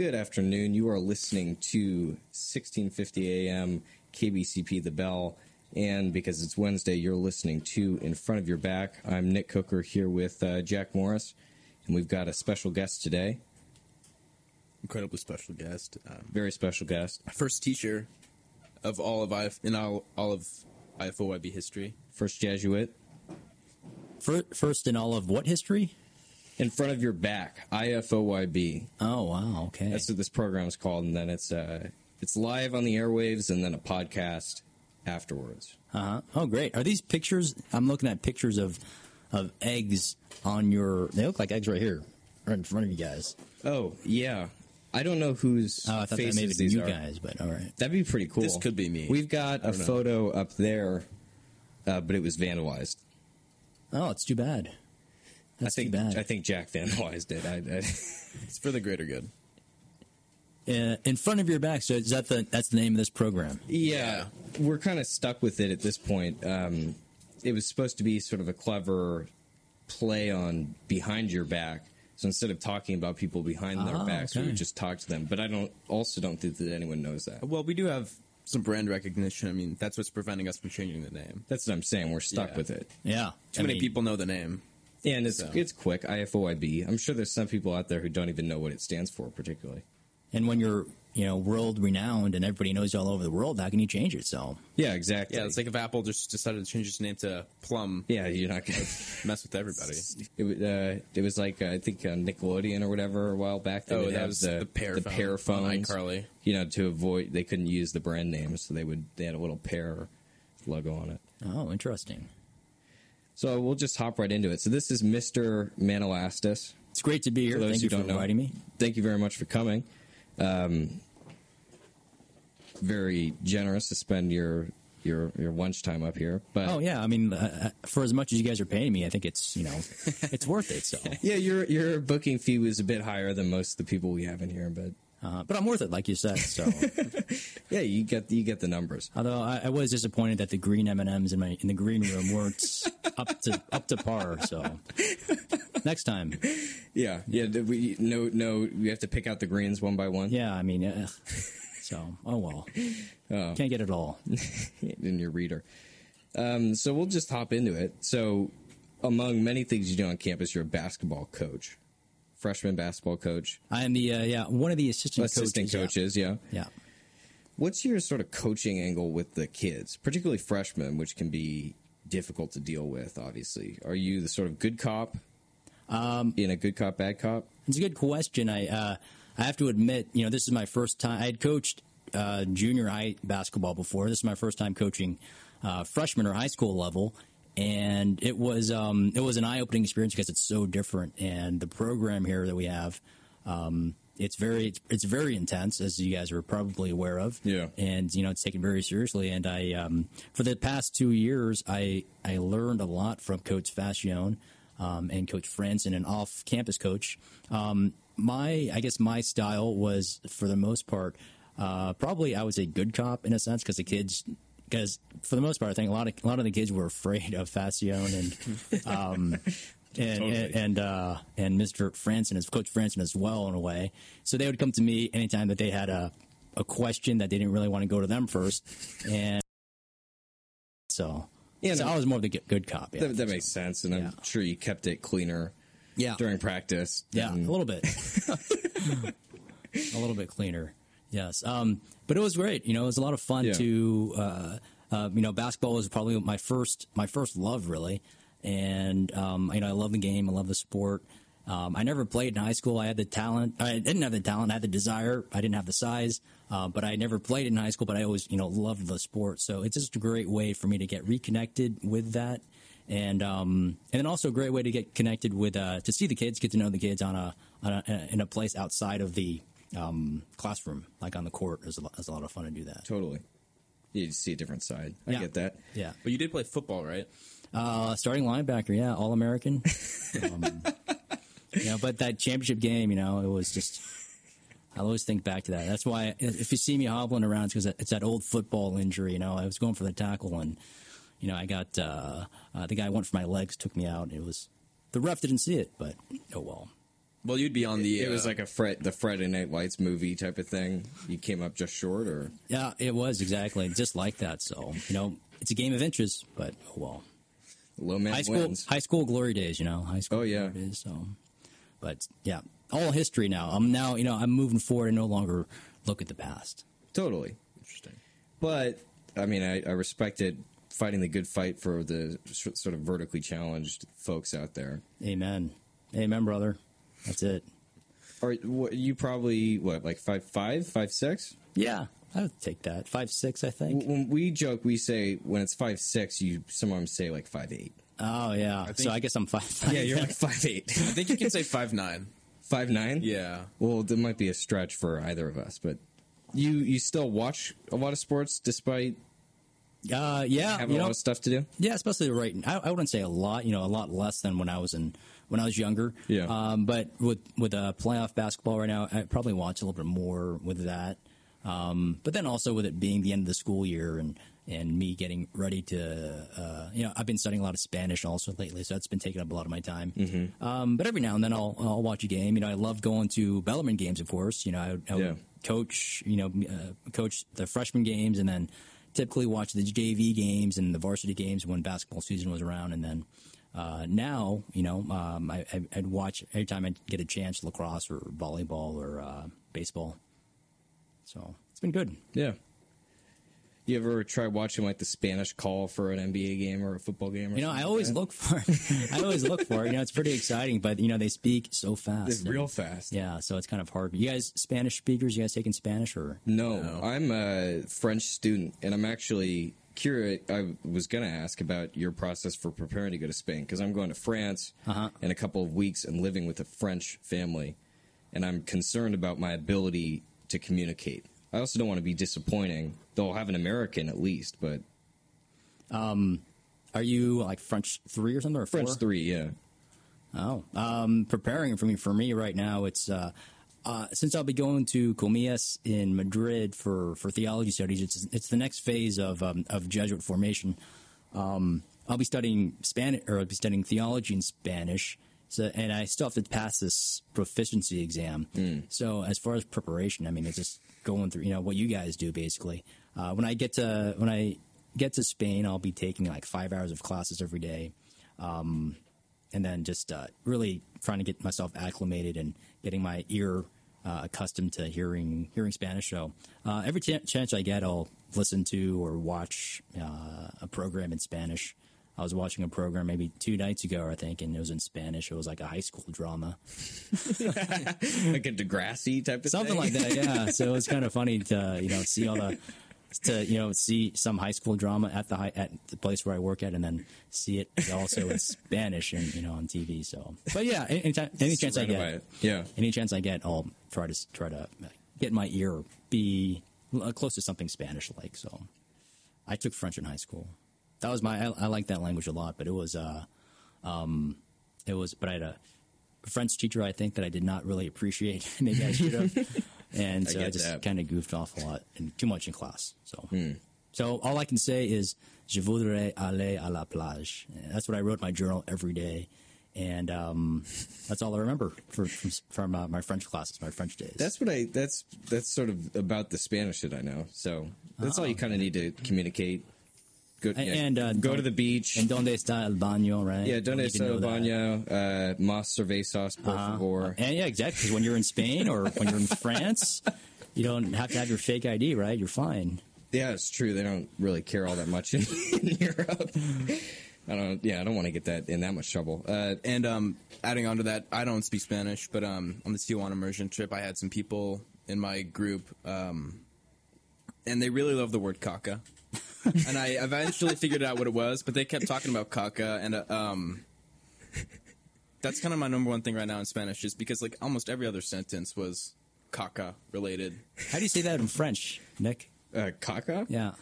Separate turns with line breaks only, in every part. afternoon. You are listening to 1650 AM KBCP The Bell. And because it's Wednesday, you're listening to In Front of Your Back. I'm Nick Cooker here with uh, Jack Morris, and we've got a special guest today.
incredibly special guest. Um,
Very special guest.
first teacher of all of IF in all, all of IFOYB history.
First Jesuit.
Fir- First in all of what history?
In Front of Your Back, IFOYB.
Oh wow, okay.
That's what this program is called. And then it's, uh, it's live on the airwaves and then a podcast afterwards.
Uh-huh. Oh great. Are these pictures? I'm looking at pictures of of eggs on your. They look like eggs right here, right in front of you guys.
Oh, yeah. I don't know whose
Oh, I thought that
faces
may have been
these
you
are.
guys, but all right.
That'd be pretty cool.
This could be me.
We've got a
don't know.
photo up there, uh, but it was vandalized.
Oh, it's too bad. That's
I think
too bad.
I think Jack vandalized it. I, I,
It's for the greater good.
uh, in front of your back. So is that the that's the name of this program?
yeah, we're kind of stuck with it at this point. Um, it was supposed to be sort of a clever play on behind your back. So instead of talking about people behind their
Ah,
backs, we
okay.
would just talk to them. But I don't also don't think that anyone knows that.
Well, we do have some brand recognition. I mean, that's what's preventing us from changing the name.
That's what I'm saying. We're stuck
Yeah.
with it.
Yeah.
Too many people know the name.
And it's
So-
it's quick. IFOIB. I'm sure there's some people out there who don't even know what it stands for, particularly.
And when you're you know world renowned and everybody knows you all over the world, how can you change it? So
Yeah, exactly.
Yeah, it's like if Apple just decided to change its name to Plum,
yeah, you're not gonna.
mess with everybody.
It, wa- uh, it was like uh, I think uh, Nickelodeon or whatever a while back. They
Oh,
would
that
have
was
the,
the pear
the
phone
pair
on
phones,
iCarly.
You know, to avoid they couldn't use the brand name, so they would they had a little pear logo on it.
oh, interesting.
So we'll just hop right into it. So this is Mr. Manolastis.
It's great to be here.
For those
Thank
who
you for
don't know.
inviting me.
Thank you very much for coming. Um, very generous to spend your your your lunchtime up here. But
Oh yeah, I mean, uh, uh, for as much as you guys are paying me, I think it's you know, it's worth it. So,
yeah, your your booking fee was a bit higher than most of the people we have in here, but
uh, but I'm worth it, like you said. So,
yeah, you get you get the numbers.
although I, I was disappointed that the green M and M's in my in the green room weren't up to up to par. So, next time,
Yeah, yeah. th- We no no. We have to pick out the greens one by one.
yeah, I mean, uh, so oh well, can't get it all.
in your reader. Um, so we'll just hop into it. So, among many things you do on campus, you're a basketball coach, freshman basketball coach,
I am the uh, yeah one of the assistant,
assistant
coaches, yeah.
coaches. Yeah.
Yeah.
What's your sort of coaching angle with the kids, particularly freshmen, which can be difficult to deal with? Obviously, are you the sort of good cop? Um, in a good cop, bad cop.
It's a good question. I uh, I have to admit, you know, this is my first time. I had coached uh, junior high basketball before. This is my first time coaching uh, freshman or high school level, and it was um, it was an eye opening experience because it's so different. And the program here that we have, um, it's very it's, it's very intense, as you guys are probably aware of.
Yeah.
and you know, it's taken very seriously. And I um, for the past two years, I I learned a lot from Coach Fascione um, and Coach Franson, an off-campus coach. Um, my, I guess, my style was, for the most part, uh, probably I was a good cop in a sense because the kids, because for the most part, I think a lot of a lot of the kids were afraid of Fascione and um, and and and, uh, and Mr. Franson, as Coach Franson as well, in a way. So they would come to me anytime that they had a a question that they didn't really want to go to them first, and so.
Yeah,
so
no.
I was more of the good- good cop. Yeah.
That, that makes sense, and I'm sure you kept it cleaner
yeah. Mm-hmm.
during practice. Mm-hmm.
Yeah,
than-
a little bit. a little bit cleaner. Yes. Um, but it was great. You know, it was a lot of fun
Yeah.
to, uh, uh, you know, basketball was probably my first, my first love really. And, um, you know, I love the game. I love the sport. Um, I never played in high school. I had the talent. I didn't have the talent. I had the desire. I didn't have the size. Uh, but I never played in high school, but I always, you know, loved the sport. So it's just a great way for me to get reconnected with that and um, and then also a great way to get connected with uh, to see the kids, get to know the kids on a, on a in a place outside of the um, classroom, like on the court. Is a, lo- is a lot of fun to do that.
Totally. You just see a different side. I
Yeah.
get that.
Yeah,
But you did play football, right?
uh, starting linebacker, yeah, all American. um, you know, but that championship game, you know, it was just. I always think back to that. That's why if you see me hobbling around, it's because it's that old football injury. You know, I was going for the tackle and, you know, I got uh, uh, the guy went for my legs, took me out. It was the ref didn't see it, but oh well.
Well, you'd be on the.
It was
uh,
like a Fred, the Friday Night Lights movie type of thing. You came up just short, or
Yeah, it was exactly just like that. So you know, it's a game of inches, but oh well.
low man
high school,
wins.
high school glory days. You know, high school.
Oh, yeah.
glory days, so, but yeah, all history now. I'm now you know I'm moving forward and no longer look at the past.
Totally.
Interesting.
But I mean, I, I respect it fighting the good fight for the s sort of vertically challenged folks out there.
Amen. Amen, brother. That's it.
Are what, you probably what like five five five six?
Yeah, I would take that. Five six, I think.
W- When we joke, we say when it's five six, you sometimes say like five eight.
Oh yeah. so I guess I'm five. five
Yeah, you're like five eight,
I think you can say five nine.
five nine.
Yeah.
Well, that might be a stretch for either of us, but you you still watch a lot of sports despite
Uh, yeah.
having
you
a
know,
lot of stuff to do.
Yeah, especially right. I, I wouldn't say a lot. You know, a lot less than when I was in when I was younger.
Yeah.
Um, but with with uh, playoff basketball right now, I probably watch a little bit more with that. Um, but then also with it being the end of the school year and and me getting ready to, uh, you know, I've been studying a lot of Spanish also lately, so that's been taking up a lot of my time. Um, but every now and then I'll I'll watch a game. You know, I love going to Bellarmine games, of course. You know, I, I would
Yeah.
coach, you know, uh, coach the freshman games and then typically watch the JV games and the varsity games when basketball season was around. And then uh, now, you know, um, I, I- I'd watch every time I'd get a chance lacrosse or volleyball or uh, baseball. So it's been good.
Yeah. You ever try watching like the Spanish call for an NBA game or a football game? Or
You know, I
something
always
like
look for it. I always look for it. You know, it's pretty exciting, but, you know, they speak so
that? It's
fast.
real fast.
Yeah, so it's kind of hard. You guys, Spanish speakers, you guys taking Spanish or?
No, I'm a French student, and I'm actually curious. I was going to ask about your process for preparing to go to Spain because I'm going to France
Uh-huh.
in a couple of weeks and living with a French family, and I'm concerned about my ability to communicate. I also don't want to be disappointing. They'll have an American at least, but
Are you like French three or something or
French
four?
three, yeah.
Oh, um, preparing for me for me right now. It's uh, uh, since I'll be going to Comillas in Madrid for, for theology studies. It's it's the next phase of um, of Jesuit formation. Um, I'll be studying Spanish or I'll be studying theology in Spanish. So, and I still have to pass this proficiency exam. So as far as preparation, I mean, it's just going through you know what you guys do basically. Uh, when I get to when I get to Spain, I'll be taking like five hours of classes every day and then just uh, really trying to get myself acclimated and getting my ear uh, accustomed to hearing hearing Spanish. So uh, every chan chance I get, I'll listen to or watch uh, a program in Spanish. I was watching a program maybe two nights ago, I think, and it was in Spanish. It was like a high school drama,
like a Degrassi type of
something
thing.
like that. Yeah, so it was kind of funny to you know see all the to you know see some high school drama at the high, at the place where I work at, and then see it also in Spanish and you know on TV. So, but yeah, any, any, time- any chance I
Surrounded
get,
by it. Yeah.
any chance I get, I'll try to try to uh, get my ear be uh, close to something Spanish like. So, I took French in high school. That was my I, I like that language a lot, but it was uh, um, it was but I had a French teacher I think that I did not really appreciate. Maybe I should have, and so I,
get
just
that. Hmm.
kind of goofed off a lot and too much in class. So. So all I can say is, je voudrais aller à la plage. That's what I wrote in my journal every day. And um, that's all I remember for, from, from uh, my French classes, my French days.
That's what I. That's that's sort of about the Spanish that I know. So that's all you kind of need to communicate. Go,
And- Oh. and, uh,
go
don't-
to the beach.
and donde está el baño, right?
yeah, donde
You need to know
está
that. Uh-huh.
baño? Uh, mas cervezas, por favor.
And yeah, exactly. 'cause when you're in Spain or when you're in France, you don't have to have your fake ID, right? You're fine.
Yeah, it's true. They don't really care all that much in, in Europe. I don't. Yeah, I don't want to get that in that much trouble. Uh,
And um, adding on to that, I don't speak Spanish, but um, on the Tijuana immersion trip, I had some people in my group, um, and they really love the word caca. and I eventually figured out what it was, but they kept talking about caca, and uh, um, that's kind of my number one thing right now in Spanish, just because like almost every other sentence was caca related.
How do you say that in French, Nick?
uh, caca.
Yeah.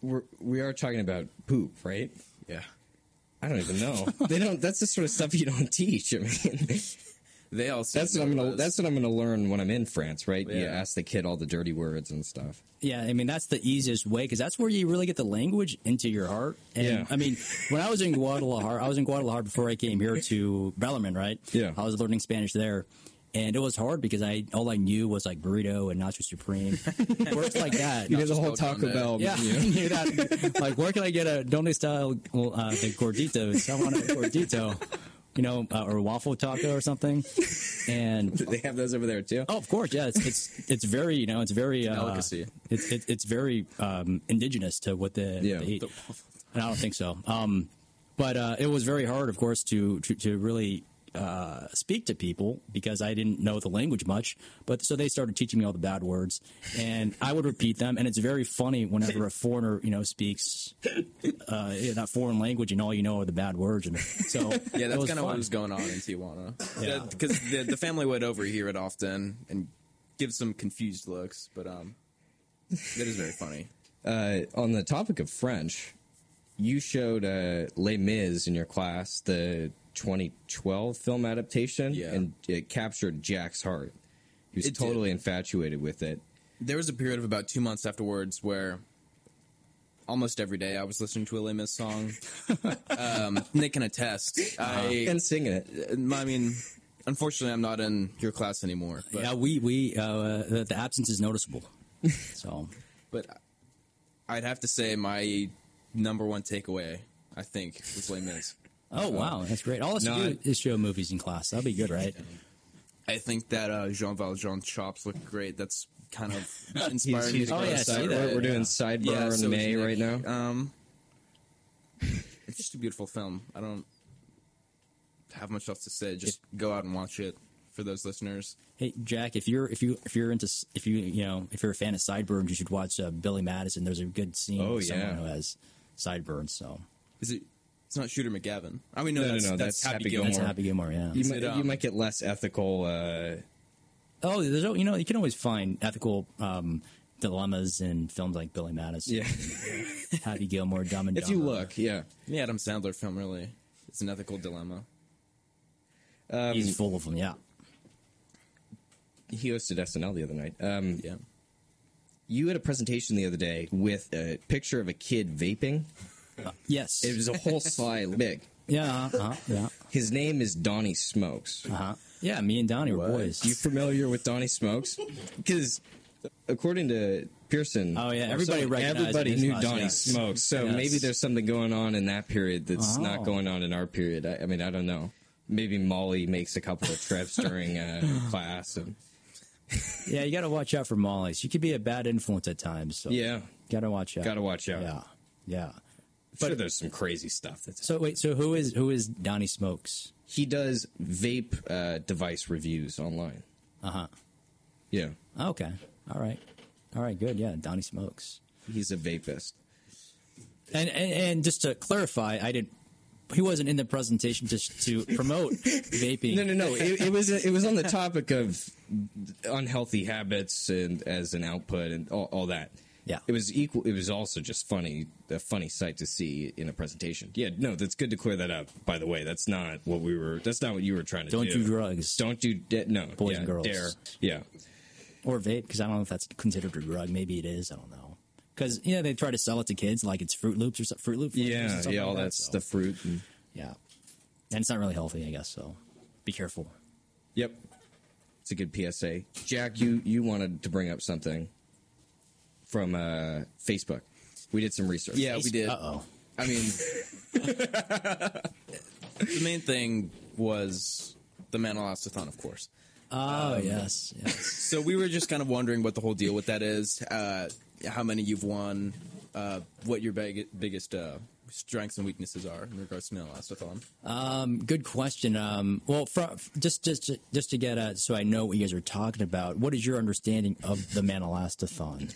We're, we are talking about poop, right?
Yeah,
I don't even know. they don't. That's the sort of stuff you don't teach. I mean,
They all said
That's what I'm
no to
gonna.
those.
That's what I'm gonna learn when I'm in France, right? You
Yeah.
ask the kid all the dirty words and stuff.
Yeah, I mean that's the easiest way because that's where you really get the language into your heart. And
Yeah.
I mean, when I was in Guadalajara, I was in Guadalajara before I came here to Bellarmine, right?
Yeah.
I was learning Spanish there, and it was hard because I all I knew was like burrito and nacho supreme, words like that.
You did the whole
just go down
Taco
there.
Bell.
yeah, I
menu.
knew that. Like, where can I get a donde style well, uh, the gordito? I want a gordito, you know, uh, or waffle taco or something. And
They have those over there too.
Oh, of course, yeah. It's it's, it's very you know it's very uh,
Delicacy.
It's it, it's very um, indigenous to what the
Yeah.
they eat, and I don't think so. Um, but uh, it was very hard, of course, to to, to really uh, speak to people because I didn't know the language much. But so they started teaching me all the bad words, and I would repeat them. And it's very funny whenever a foreigner you know speaks uh, that foreign language, and all you know are the bad words. And so
Yeah,
it
that's
was
kind of what
fun.
was going on in Tijuana.
Yeah.
Because the, the family would overhear it often and give some confused looks, but um, that is very funny.
Uh, on the topic of French, you showed uh, Les Mis in your class, the 2012 film adaptation,
Yeah.
and it captured Jack's heart. He was
It did.
totally infatuated with it.
There was a period of about two months afterwards where almost every day I was listening to a Les Mis song. um, Nick can attest. I, uh,
and singing it.
I mean, unfortunately, I'm not in your class anymore. But,
yeah, we we uh, the, the absence is noticeable. So
but I'd have to say my number one takeaway, I think, was Les Mis.
Oh wow, that's great! All us
No,
do is show movies in class. That'd be good, right?
I think that uh, Jean Valjean chops look great. That's kind of inspiring. me to
oh,
go
yeah,
outside.
see
Side-
that,
we're, we're doing
yeah.
Sideburner
Yeah, so
in
is
May
Nick.
right now.
Um, it's just a beautiful film. I don't have much else to say. Just go out and watch it for those listeners.
Hey Jack, if you're if you if you're into s- if you you know if you're a fan of sideburns, you should watch uh, Billy Madison. There's a good scene
Oh,
with someone
yeah.
who has sideburns. So
Is it? It's not Shooter McGavin. I mean, no,
No, no,
that's,
no,
that's,
that's
Happy
Happy
Gilmore.
that's Happy Gilmore, yeah.
you,
Is
might,
it, um,
you might get less ethical. Uh,
oh, there's al- you know you can always find ethical um, dilemmas in films like Billy Madison,
yeah,
Happy Gilmore, Dumb and
if you
Dumber.
look, yeah.
The Adam Sandler film really. It's an ethical dilemma.
um,
he's full of them. Yeah,
He hosted SNL the other night. Um,
Yeah.
you had a presentation the other day with a picture of a kid vaping.
yes,
It was a whole slide big.
yeah, uh-huh, yeah,
His name is Donnie Smokes.
uh-huh. yeah. Me and Donnie were boys.
You familiar with Donnie Smokes? Because according to Pearson,
Oh, yeah,
or
everybody
someone,
recognized
everybody
him as
knew
us,
Donnie
yes.
Smokes. So
Yes.
maybe there's something going on in that period that's
Oh.
not going on in our period. I, I mean, I don't know. Maybe Molly makes a couple of trips during uh, class, and
yeah, you got to watch out for Molly. She could be a bad influence at times. So
yeah,
got to watch out.
gotta watch out.
Yeah, yeah.
But sure, there's some crazy stuff that's.
So wait, so who is who is Donnie Smokes?
He does vape uh, device reviews online.
Uh huh.
Yeah,
Okay. All right. All right. Good. Yeah, Donnie Smokes.
he's a vapist.
And and, and just to clarify, I did. He wasn't in the presentation just to promote vaping.
No, no, no. It, it was it was on the topic of unhealthy habits and as an output and all, all that.
Yeah.
it was equal. It was also just funny, a funny sight to see in a presentation. Yeah, no, that's good to clear that up. By the way, that's not what we were. That's not what you were trying to
Don't
do.
do drugs.
Don't do de- no
Boys
yeah,
and girls.
Dare. Yeah,
or vape because I don't know if that's considered a drug. Maybe it is. I don't know. Because yeah, they try to sell it to kids like it's Fruit Loops or so, Fruit Loop. flavors or
yeah,
something
yeah. All
like
that
so.
stuff. Fruit. And,
Yeah, and it's not really healthy, I guess. So be careful.
yep, it's a good PSA. Jack, you you wanted to bring up something from uh, Facebook. We did some research.
Yeah, we did.
Uh oh.
I mean, the main thing was the Manalastathon, of course.
Oh yes. Yes.
So we were just kind of wondering what the whole deal with that is, uh, how many you've won, uh, what your big, biggest uh, strengths and weaknesses are in regards to Manalastathon.
Good question. Um, well, fro- just just just to get at, so I know what you guys are talking about. What is your understanding of the Manalastathon?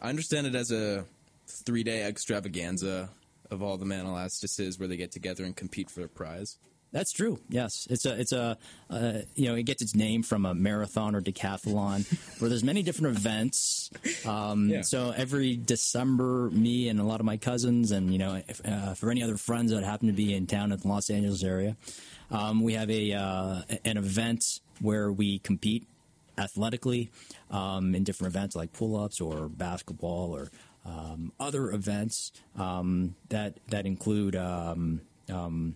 I understand it as a three day extravaganza of all the Manalastises where they get together and compete for their prize.
That's true. Yes, it's a it's a uh, you know it gets its name from a marathon or decathlon where there's many different events. Um,
Yeah.
So every December, me and a lot of my cousins, and you know if, uh, for any other friends that happen to be in town in the Los Angeles area, um, we have a uh, an event where we compete athletically um, in different events like pull-ups or basketball or um, other events um, that that include um, um,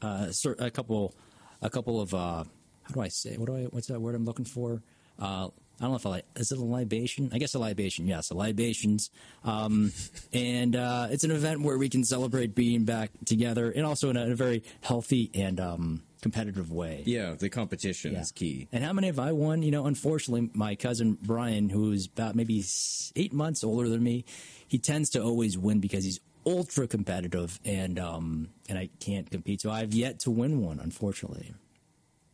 uh, cer- a couple a couple of uh, how do I say what do I what's that word I'm looking for. Uh, I don't know if I like, is it a libation? I guess a libation, yes, a libations. Um, and uh, it's an event where we can celebrate being back together and also in a, in a very healthy and um, competitive way.
Yeah, the competition
Yeah.
is key.
And how many have I won? You know, unfortunately, my cousin Brian, who's about maybe s- eight months older than me, he tends to always win because he's ultra competitive, and um, and I can't compete, so I've yet to win one, unfortunately.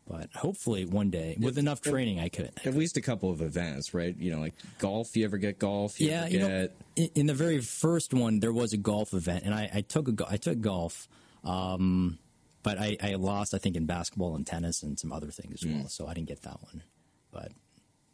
But hopefully, one day, with enough training, I could.
At least a couple of events, right? You know, like golf. You ever get golf? You
yeah,
ever
you
get
know, in, in the very first one, there was a golf event, and I, I took a go- I took golf, um, but I, I lost, I think, in basketball and tennis and some other things as well, so I didn't get that one. But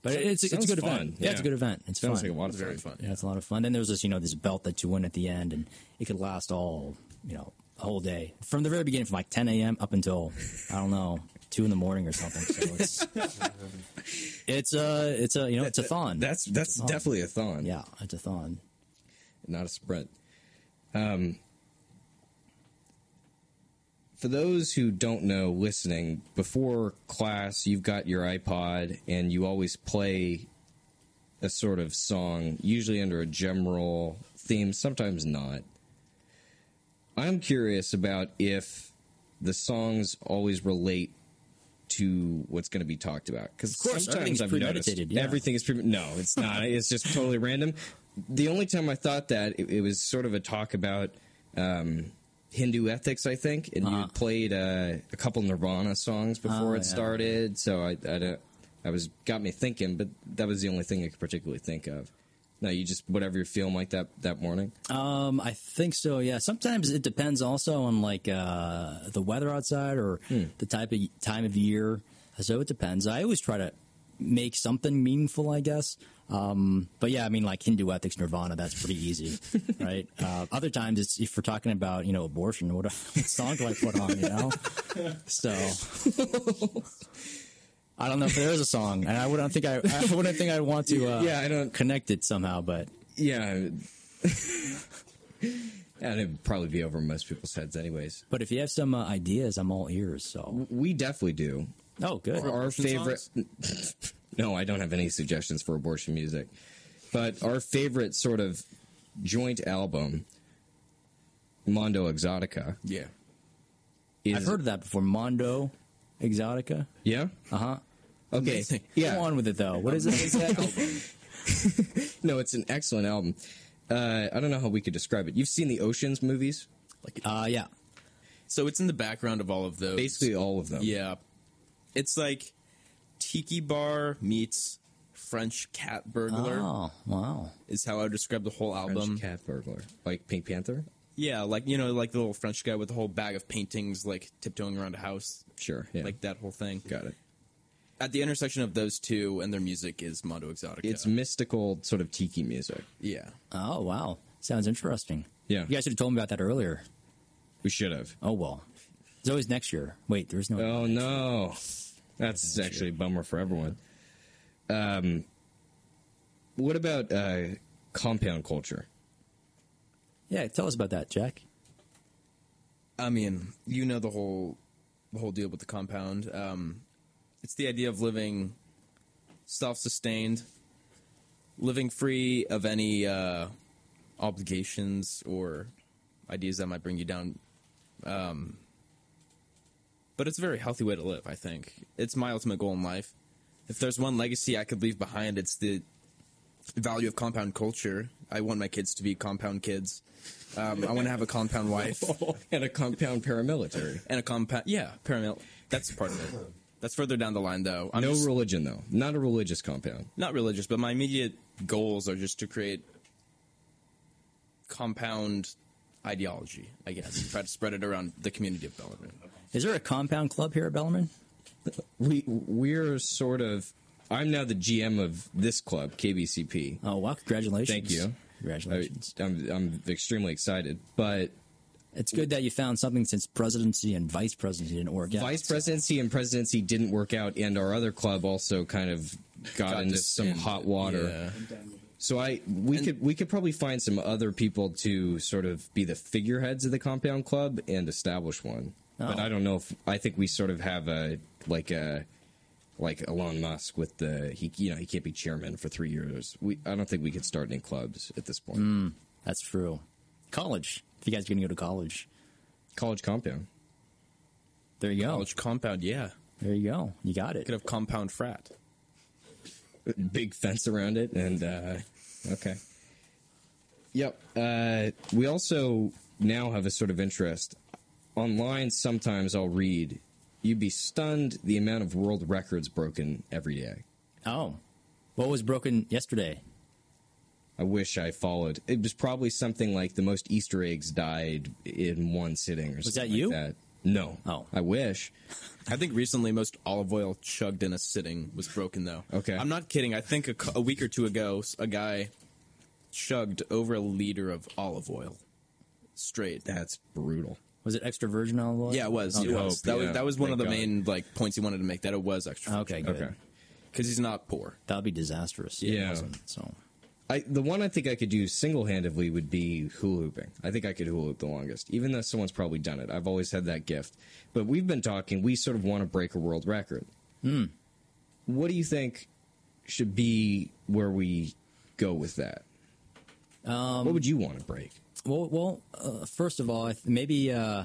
but it's it's a
Mm. sounds
good
fun.
event. Yeah. it's
Yeah.
a good event. It's
sounds
fun.
like a lot of
Very
fun.
fun.
yeah, it's a lot of fun. Then there was this, you know, this belt that you win at the end, and it could last all, you know, a whole day from the very beginning, from like 10 a.m. up until I don't know, two in the morning or something. So it's it's a it's a you know it's a thon.
That's that's
thon.
definitely a thon.
yeah, it's a thon.
not a sprint. Um, for those who don't know, listening before class, you've got your iPod and you always play a sort of song, usually under a gem roll theme, sometimes not. I'm curious about if the songs always relate to what's going to be talked about because
course,
sometimes
everything's
I've noticed
premeditated, yeah.
everything is pre- no, it's not. it's just totally random. The only time I thought that it, it was sort of a talk about um, Hindu ethics, I think, and you
Uh-huh.
had played uh, a couple Nirvana songs before
Oh,
it
yeah.
started, so I, I don't. I was got me thinking, but that was the only thing I could particularly think of. No, you just whatever you're feeling like that that morning.
Um, I think so. Yeah. Sometimes it depends also on like uh, the weather outside or the type of time of year. So it depends. I always try to make something meaningful, I guess. Um, but yeah, I mean, like Hindu ethics, Nirvana, that's pretty easy, right? Uh, other times, it's if we're talking about you know abortion, what, what song do I put on? You know, so I don't know if there is a song, and I wouldn't think I, I wouldn't think I want to. Uh,
Yeah, I don't-
connect it somehow, but
Yeah. And it'd probably be over most people's heads, anyways.
But if you have some uh, ideas, I'm all ears. So,
We definitely do.
oh, good.
our
abortion
favorite. no, I don't have any suggestions for abortion music, but our favorite sort of joint album, Mondo Exotica.
Yeah.
Is,
I've heard of that before. Mondo Exotica.
Yeah.
Uh huh.
Okay.
Amazing.
Yeah.
Go on with it though. What is it?
No, it's an excellent album. Uh, I don't know how we could describe it. You've seen the Oceans movies,
uh, yeah.
So it's in the background of all of those.
basically all of them.
Yeah. It's like tiki bar meets French cat burglar
Oh, wow.
is how I would describe the whole
French
album.
Cat Burglar, like Pink Panther.
Yeah, like you know, like the little French guy with the whole bag of paintings, like tiptoeing around a house,
Sure. Yeah.
like that whole thing.
got it.
At the intersection of those two and their music is Mondo Exotica.
It's mystical sort of tiki music.
yeah,
Oh, wow. Sounds interesting.
Yeah.
You guys should have told me about that earlier.
We should have.
Oh well. It's always next year. Wait, there's no.
Oh no, that's actually a bummer for everyone. Um, what about uh, compound culture?
Yeah, tell us about that, Jack.
I mean, you know the whole the whole deal with the compound. Um, it's the idea of living self-sustained, living free of any uh, obligations or ideas that might bring you down. Um, but it's a very healthy way to live. I think it's my ultimate goal in life. If there's one legacy I could leave behind, it's the value of compound culture. I want my kids to be compound kids. Um, I want to have a compound wife
and a compound paramilitary.
and a compound. Yeah, paramil. That's part of it. That's further down the line, though. I'm
No
just-
religion though. Not a religious compound.
not religious, but my immediate goals are just to create compound ideology, I guess, and try to spread it around the community of Bellarmine.
Is there a compound club here at Bellarmine?
We we're sort of. I'm now the GM of this club, KBCP.
Oh wow! Congratulations.
Thank you.
Congratulations.
I, am I'm extremely excited, but
It's good that you found something since presidency and vice presidency didn't work out.
Vice presidency and presidency didn't work out, and our other club also kind of got,
Got
into
this
some
in-
hot water.
yeah.
So I we could we could probably find some other people to sort of be the figureheads of the compound club and establish one. But
Oh.
I don't know if I think we sort of have a like a like Elon Musk with the he you know he can't be chairman for three years. We I don't think we could start any clubs at this point.
That's true. College. If you guys are going to go to college,
College compound.
there you go.
College Oh, compound, yeah.
There you go. You got it.
Could have compound frat.
big fence around it and uh okay yep uh we also now have a sort of interest online sometimes i'll read you'd be stunned the amount of world records broken every day
Oh, what was broken yesterday?
i wish i followed it was probably something like the most easter eggs died in one sitting or was something
that you?
like that no
Oh.
i wish
I think recently most olive oil chugged in a sitting was broken though.
Okay.
I'm not kidding. I think a, cou- a week or two ago, s- a guy chugged over a liter of olive oil straight.
that's brutal
Was it extra virgin olive oil?
yeah, it was.
Okay.
It was. That,
yeah.
was. that was one
Thank
of the
God.
main like points he wanted to make. That it was extra.
Okay, good.
Okay.
Because he's not poor.
That'd be disastrous. if it
Yeah.
wasn't, so
I, the one I think I could do single handedly would be hula hooping. I think I could hula hoop the longest, even though someone's probably done it. I've always had that gift. But we've been talking, we sort of want to break a world record. Hmm. What do you think should be where we go with that? what would you want to break?
well, well. Uh, first of all, I th- maybe uh,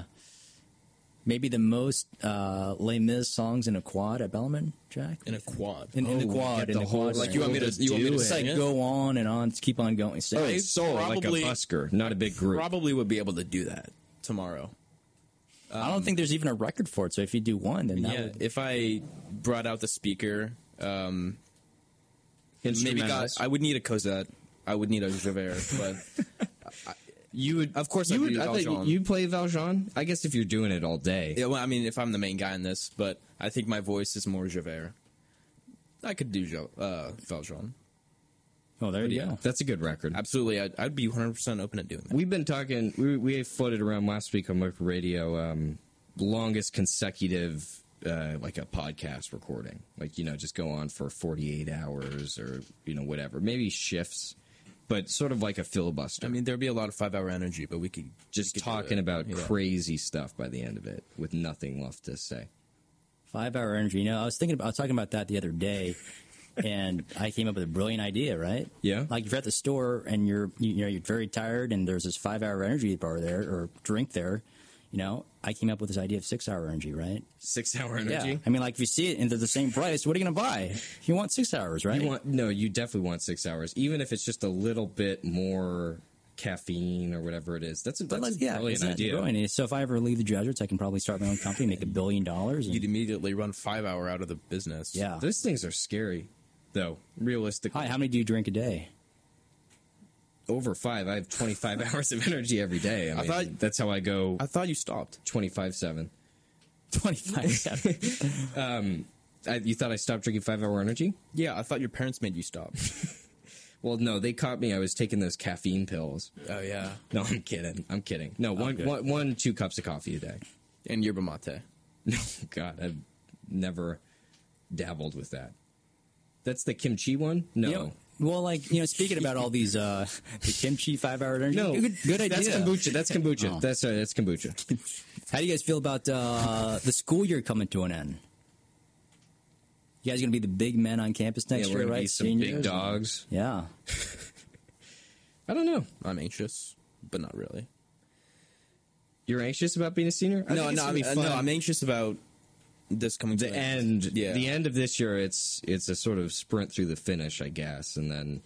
maybe the most uh, Les Mis songs in a quad at Bellman, Jack.
In a quad.
in, in the
Oh, we
quad,
get
in
the
the
whole,
quad.
like,
you want me to- you want me to
Just
sing
like
it?
go on and on, just keep on going. Say,
Like solo,
probably-
like a busker, not a big group.
Probably would be able to do that tomorrow.
I don't think there's even a record for it. So if you do one, then that
yeah.
would,
If I brought out the speaker, um, maybe got.
Instrumentals.
I would need a Cosette. I would need a Javert, but.
you would,
Of course,
you
I'd
would.
do
I thought
Valjean.
you play Valjean. I guess if you're doing it all day,
Yeah, well, I mean, if I'm the main guy in this, but I think my voice is more Javert. I could do Jo- uh, Valjean.
oh, there you go.
that's a good record.
Absolutely, I'd, I'd be 100% open to doing that.
We've been talking. We, we floated around last week on local radio. Um, longest consecutive, uh, like a podcast recording. Like you know, just go on for forty eight hours or you know whatever. Maybe shifts, but sort of like a filibuster.
I mean, there'd be a lot of five-hour energy, but we could
just
we could do
talking
it.
about
Yeah.
crazy stuff by the end of it with nothing left to say.
Five hour energy. You know, I was thinking about, I was talking about that the other day, and I came up with a brilliant idea, right?
Yeah.
Like if you're at the store and you're, you, you know, you're very tired and there's this five hour energy bar there or drink there, you know, I came up with this idea of six hour energy, right?
Six hour
Yeah. I mean, like if you see it and they're the same price, what are you going to buy? You want six hours, right?
You want no, you definitely want six hours, even if it's just a little bit more caffeine or whatever it is. That's a, that's
but like,
a
yeah,
brilliant
it's not
idea.
growing. So if I ever leave the graduates, I can probably start my own company, make a billion dollars.
You'd
And,
immediately run five-hour out of the business.
yeah.
Those things are scary, though. Realistically,
Hi, how many do you drink a day?
over five. I have 25 hours of energy every day. I, mean,
thought-
that's how I go
I thought you stopped.
25 7.
25.
You thought I stopped drinking five hour energy?
Yeah, I thought your parents made you stop.
Well, no, they caught me. I was taking those caffeine pills.
oh yeah,
No, I'm kidding. I'm kidding. No, one,
good.
one, one, two cups of coffee a day.
and yerba mate.
No, God, I've never dabbled with that. That's the kimchi one? No.
You know, well, like you know, speaking about all these uh, the kimchi five hour energy,
no.
good, good idea.
That's kombucha. That's kombucha.
Oh.
That's, uh, that's kombucha.
How do you guys feel about uh, the school year coming to an end? You guys gonna be the big men on campus
yeah,
next
we're
year,
going to
right?
be some big
Seniors?
dogs.
Yeah,
I don't know.
I'm anxious, but not really.
You're anxious about being a senior? I think
no,
it's
no,
gonna
I'm,
be
uh,
fun.
no, I'm anxious about this coming to
the end
Yeah,
the end of this year it's it's a sort of sprint through the finish i guess and then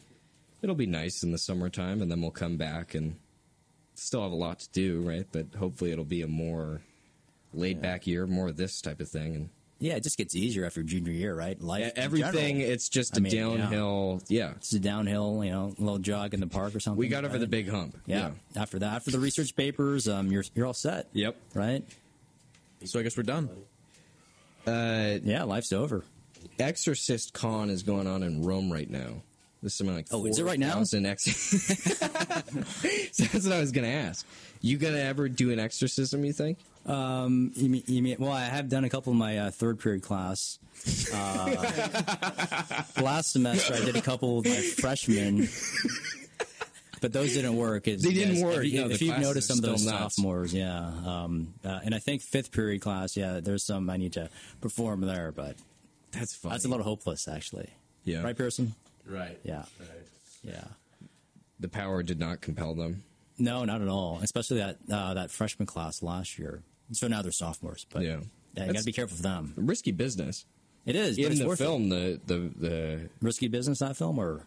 it'll be nice in the summertime and then we'll come back and still have a lot to do right but hopefully it'll be a more laid back year more of this type of thing and
yeah. It just gets easier after junior year, right? Life, in
everything
general.
it's just a
I mean, yeah.
downhill yeah,
It's a downhill, you know, a little jog in the park or something.
we got over
right?
the big hump
Yeah. After that, after the research papers, um, you're you're all set.
yep
Right?
So I guess we're done.
uh
Yeah, life's over.
exorcist con is going on in rome right now There's something like
Oh, is it right now?
4,000 Ex- so that's what I was gonna ask. You gonna ever do an exorcism? You think?
Um, you mean, you mean, well, I have done a couple of my uh, third period class. Uh, last semester, I did a couple with my freshmen, but those didn't work. It's-
They didn't work.
If, you,
No, the
if you've
classes
noticed
are
some of those
still nuts.
sophomores, yeah. Um, uh, and I think fifth period class, yeah, there's some I need to perform there, but
That's funny.
that's a little hopeless, actually.
Yeah.
Right, Pearson?
Right.
Yeah.
Right.
Yeah.
The power did not compel them.
No, not at all. Especially that uh, that freshman class last year. So now they're sophomores, but
Yeah.
yeah, you got
That's-
to be careful for them.
Risky business.
It is but
In
it's
the
worth it.
film, the the the
risky business that film or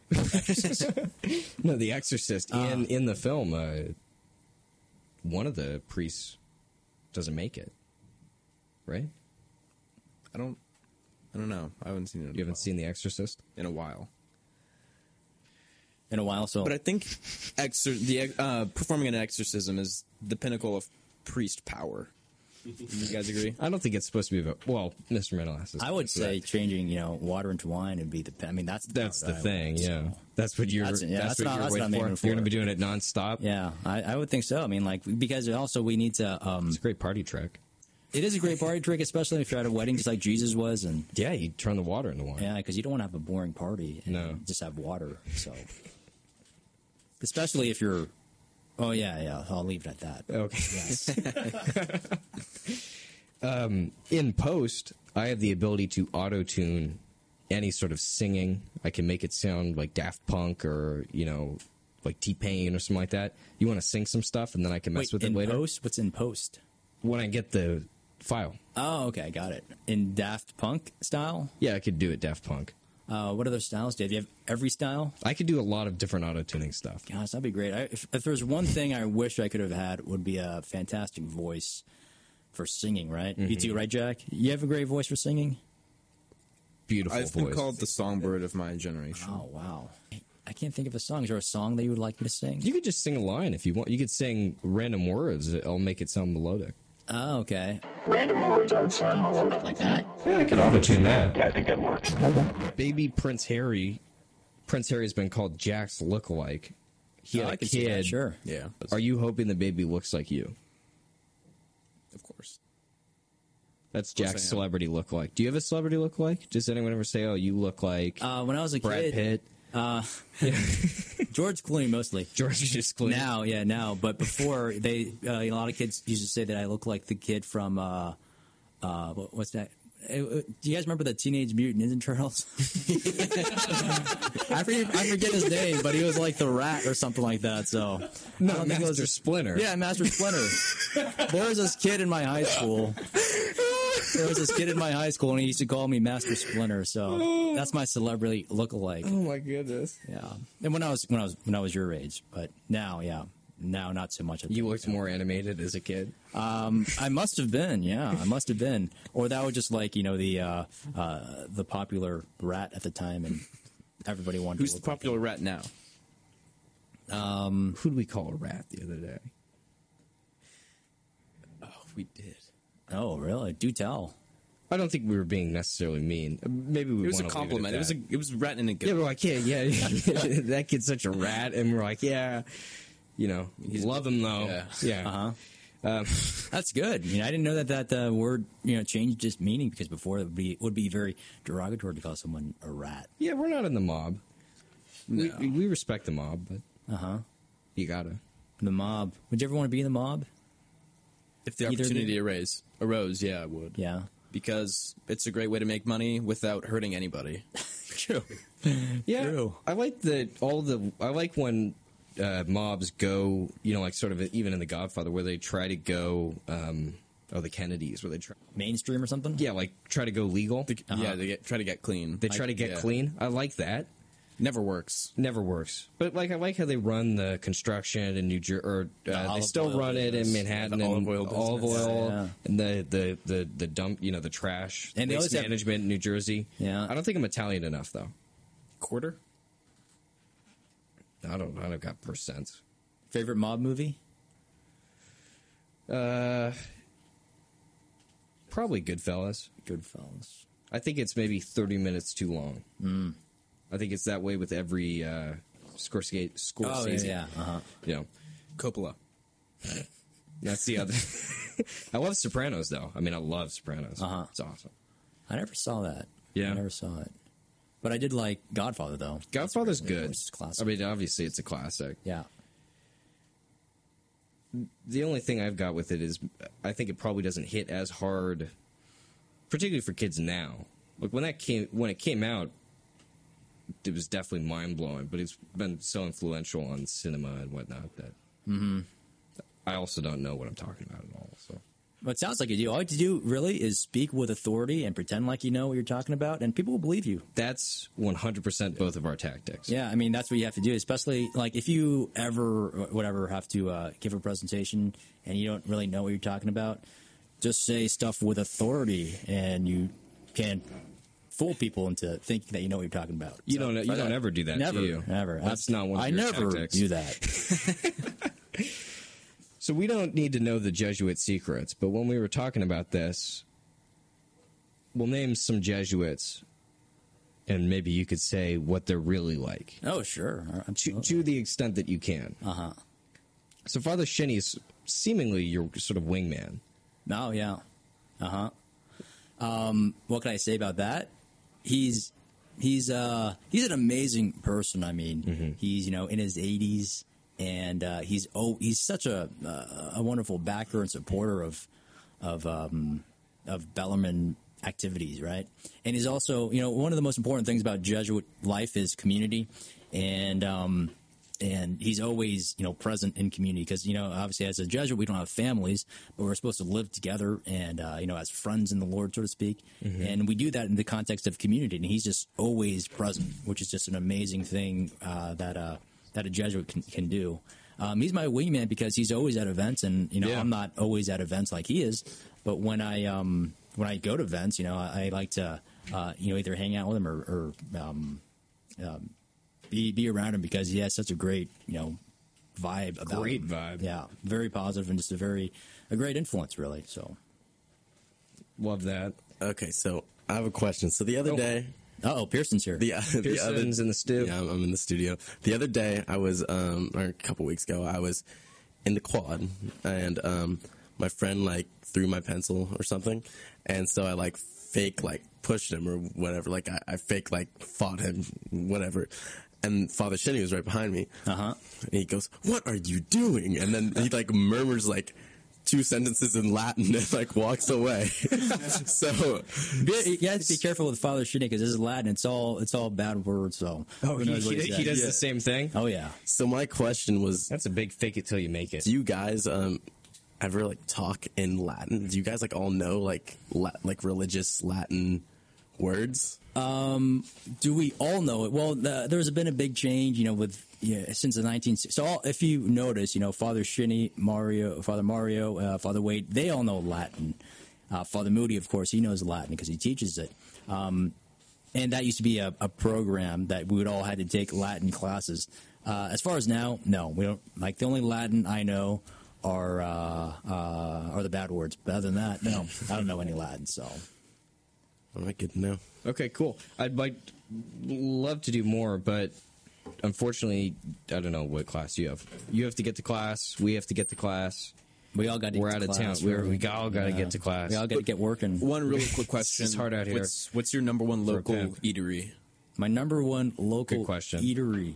no, The Exorcist.
Ah.
in in the film, uh, one of the priests doesn't make it. Right?
I don't. I don't know. I haven't seen it. In
You
a while.
haven't seen The Exorcist?
in a while.
in a while so
But I think exor- the uh, performing an exorcism is the pinnacle of priest power. You guys agree?
I don't think it's supposed to be about. Well, Mr. Menelaus. is
I would
supposed to be
say changing you know water into wine would be the I mean that's the
That's
power
the
that I
thing,
want, so.
yeah. That's what you're. That's,
That's- yeah, that's
what
what I-
you're
that's what
waiting
I'm
for.
aiming
You're going to
for.
be doing it nonstop.
yeah I, I would think so I mean like because also we need to um
it's a great party trick.
it is a great party trick especially if you're at a wedding just like Jesus was and
Yeah, you turn the water into wine.
yeah because you don't want to have a boring party and
No.
just have water so especially if you're oh yeah yeah I'll leave it at that
Okay.
yes
Um, In post, I have the ability to auto tune any sort of singing. I can make it sound like Daft Punk or you know, like T Pain or something like that. You want to sing some stuff, and then I can mess
Wait,
with it
in
later
post what's in post
when I get the file.
oh okay I got it in Daft Punk style
Yeah, I could do it Daft Punk.
uh, what other styles do you have? You have every style
I could do a lot of different auto tuning stuff.
Gosh, that'd be great. I, if, if there's one thing I wish I could have had, would be a fantastic voice for singing. Right? You too, right, Jack? You have a great voice for singing.
Beautiful
I've been
voice.
called the songbird of my generation.
Oh wow, I can't think of a song. Is there a song that you would like me to sing?
you could just sing a line if you want. You could sing random words. It'll make it sound melodic.
oh, okay.
Random words on sound melodic.
Like that.
Yeah, I could auto tune that.
Yeah, I think that works.
baby Prince Harry. Prince Harry has been called Jack's lookalike. He had
Yeah,
a
I can see
kid.
that. Sure.
Yeah,
Are you hoping the baby looks like you?
of course.
That's
course
Jack's
I am.
celebrity lookalike. Do you have a celebrity lookalike? Does anyone ever say, "Oh, you look like
Uh, when I was a
Brad
kid,
Pitt"?
George Clooney mostly.
George just clean.
Now, yeah, now, but before they, uh, a lot of kids used to say that I look like the kid from, uh, uh, what- what's that? Uh, uh, do you guys remember the Teenage Mutant Ninja Turtles? I forget, I forget his name, but he was like the rat or something like that. So I
no,
don't think it was-
Master Splinter.
yeah, Master Splinter. there was this kid in my high school. There was this kid in my high school, and he used to call me Master Splinter. So that's my celebrity lookalike.
Oh my goodness.
Yeah, and when I was when I was when I was your age, but now, yeah, now not so much.
You looked more animated as a kid.
I must have been, yeah, I must have been, or that was just like you know the uh, uh, the popular rat at the time, and everybody wanted.
Who's
to
the
look like
popular rat now?
Who would we call a rat the other day?
Oh, we did.
him. Oh, really? Do tell.
I don't think we were being necessarily mean. Maybe we
It was
wanna
a
leave at
compliment. It, was
that.
a it was rat in a
Yeah,
good.
we're like, yeah, yeah, that kid's such a rat, and we're like, yeah, you know, love him though. Yeah,
Yeah. Uh-huh.
Uh huh. That's good. You know, I didn't know that that uh, word you know changed its meaning because before it would be it would be very derogatory to call someone a rat.
Yeah, We're not in the mob. We, we respect the mob, but
Uh huh.
you gotta.
The mob. Would you ever want to be in the mob?
If the
Either of
opportunity
you.
arose, arose, yeah, I would.
Yeah.
because it's a great way to make money without hurting anybody.
True.
Yeah,
True.
I like the all the. I like when uh, mobs go, you know, like sort of even in The Godfather, where they try to go. Um, oh, the Kennedys, where they try,
Mainstream or something?
yeah, like try to go legal.
Uh-huh.
Yeah, they get, try to get clean.
they try to get
yeah.
clean. I like that.
Never works.
never works. But like I like how they run the construction in New Jersey, or uh, they
olive
still
oil
run it in
business.
Manhattan
The
and
olive oil
olive
business.
oil
Yeah.
and the, the the the dump, you know, the trash
And they
waste
always have-
management in New Jersey.
Yeah.
I don't think I'm Italian enough though.
Quarter?
I don't. I don't got percent.
Favorite mob movie?
Probably Goodfellas.
Goodfellas. Hmm.
I think it's maybe 30 minutes too long. I think it's that way with every uh, Scorsese.
Oh, yeah,
Scorsese
yeah. Uh-huh.
You know,
Coppola.
that's the other. I love Sopranos though. I mean, I love Sopranos.
Uh-huh.
It's awesome.
I never saw that.
Yeah.
I never saw it. But I did like Godfather though.
Godfather's
That's really
good.
It's classic.
I mean, obviously it's a classic.
yeah.
The only thing I've got with it is I think it probably doesn't hit as hard, particularly for kids now. Like when that came when it came out, it was definitely mind blowing. But it's been so influential on cinema and whatnot that
Mm-hmm.
I also don't know what I'm talking about at all. So
Well, it sounds like you do. All you have to do really is speak with authority and pretend like you know what you're talking about, and people will believe you.
that's 100 percent both of our tactics.
Yeah, I mean that's what you have to do, especially like if you ever whatever have to uh, give a presentation and you don't really know what you're talking about, just say stuff with authority, and you can fool people into thinking that you know what you're talking about.
You
So,
don't. e-, You
try
don't
that.
ever do that.
Never,
do you?
never.
That's not one. Of
I
your
never
tactics.
do that.
So we don't need to know the Jesuit secrets, but when we were talking about this, we'll name some Jesuits, and maybe you could say what they're really like
oh, sure.
to, to the extent that you can.
Uh huh.
So Father Shinny is seemingly your sort of wingman.
Oh yeah. Uh huh. Um, what can I say about that? He's he's uh he's an amazing person. I mean, he's you know in his eighties, and uh, he's oh he's such a uh, a wonderful backer and supporter of of um, of Bellarmine activities, right? And he's also you know one of the most important things about Jesuit life is community, and um, and he's always you know present in community because you know obviously as a Jesuit we don't have families but we're supposed to live together and uh, you know as friends in the Lord so to speak and we do that in the context of community and he's just always present which is just an amazing thing uh, that uh, that a Jesuit can, can do um, he's my wingman because he's always at events and you know
Yeah.
I'm not always at events like he is but when I um, when I go to events you know I, I like to uh, you know either hang out with him or, or um, be be around him because he has such a great you know vibe about
Great
him.
vibe.
yeah very positive and just a very a great influence really so
Love that.
Okay, so I have a question. So the other day,
oh Pearson's here
the, the other
Pearson's in the stew.
Yeah, I'm, I'm in the studio. The other day, I was, um, or a couple weeks ago, I was in the quad, and um, my friend like threw my pencil or something, and so I like fake like pushed him or whatever. Like I, I fake like fought him, whatever. And Father Shinny was right behind me.
uh huh
And he goes, "What are you doing?" And then he like murmurs like two sentences in Latin and like walks away. so
you have to be careful with Father Shinny because this is Latin it's all it's all bad words so
Oh,
who
he,
knows what
he-
he said.
he does
Yeah.
the same thing.
oh yeah
so my question was,
That's a big fake it till you make it.
do you guys um ever like talk in Latin? Do you guys like all know like la- like religious Latin words?
do we all know it? Well, the, there's been a big change, you know, with yeah, since the 19. So all, if you notice, you know, Father Shinny, Mario, Father Mario, uh, Father Wade, they all know Latin. Uh, Father Moody, of course, he knows Latin because he teaches it. Um, and that used to be a, a program that we would all had to take Latin classes. Uh, as far as now, no, we don't. Like the only Latin I know are uh, uh, are the bad words. But other than that, no, I don't know any Latin. So
All right, good Oh, to know.
Okay, cool. I'd like love to do more, but unfortunately, I don't know what class you have. You have to get to class. We have to get to class.
we all got. to
We're
get to
out of
class,
town. We're,
really.
we all got to
Yeah.
get to class.
We all got to get working.
One really quick question.
It's hard out here.
What's, what's your number one
a
local
pimp.
eatery?
My number one local
Good question.
eatery.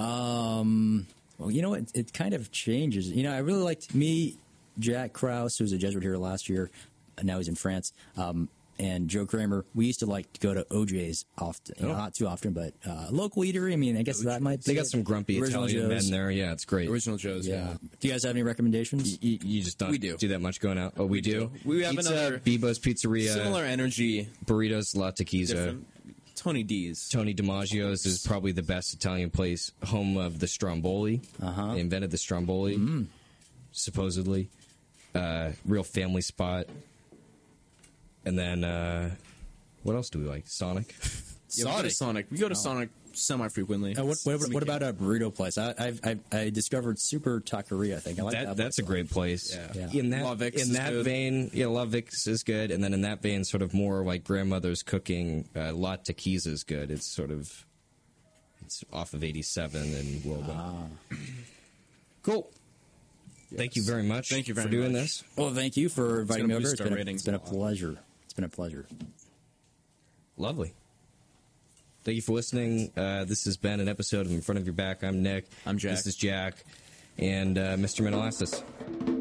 Um, well, you know what? It kind of changes. You know, I really liked me, Jack Kraus, who was a Jesuit here last year. and Now he's in France. Um, and Joe Kramer. We used to like to go to OJ's often, you know, not too often, but uh, local eatery. I mean, I guess that might.
They
be
got
it.
some grumpy
Original
Italian
Joe's.
men there. Yeah, it's great.
Original Joe's.
Yeah. Do you guys have any recommendations?
You, you just don't
We do.
that much going out. Oh, we, do?
do. We have
Pizza,
another-
Bebo's Pizzeria,
Similar energy.
burritos, La Taquiza.
Different. Tony D's.
Tony DiMaggio's is probably the best Italian place, home of the Stromboli.
Uh-huh.
They invented the Stromboli,
Mm.
supposedly. Uh, real family spot. And then, uh, what else do we like? Sonic.
Yeah, we go to Sonic. We go to Sonic semi frequently.
Uh, what, what, what about a burrito place? I, I've, I've, I discovered Super Taqueria. I think I like that.
that, that's a
place
great place.
Yeah.
Yeah.
In that
La Vix
in
is
that
good.
vein, yeah, La Vix is good, and then in that vein, sort of more like grandmother's cooking, uh, La Taquiza is good. It's sort of It's off of 87 and Wilbur.
Ah,
Cool. Thank you very much.
Thank you very
for doing
much.
this.
Well, thank you for inviting
gonna
me over.
boost
It's
our
been, a,
ratings
it's been
a
a
lot.
pleasure. It's been a pleasure.
Lovely. Thank you for listening. Uh, this has been an episode of In Front of Your Back. I'm Nick.
I'm Jack.
This is Jack and uh, Mr. Manalassis.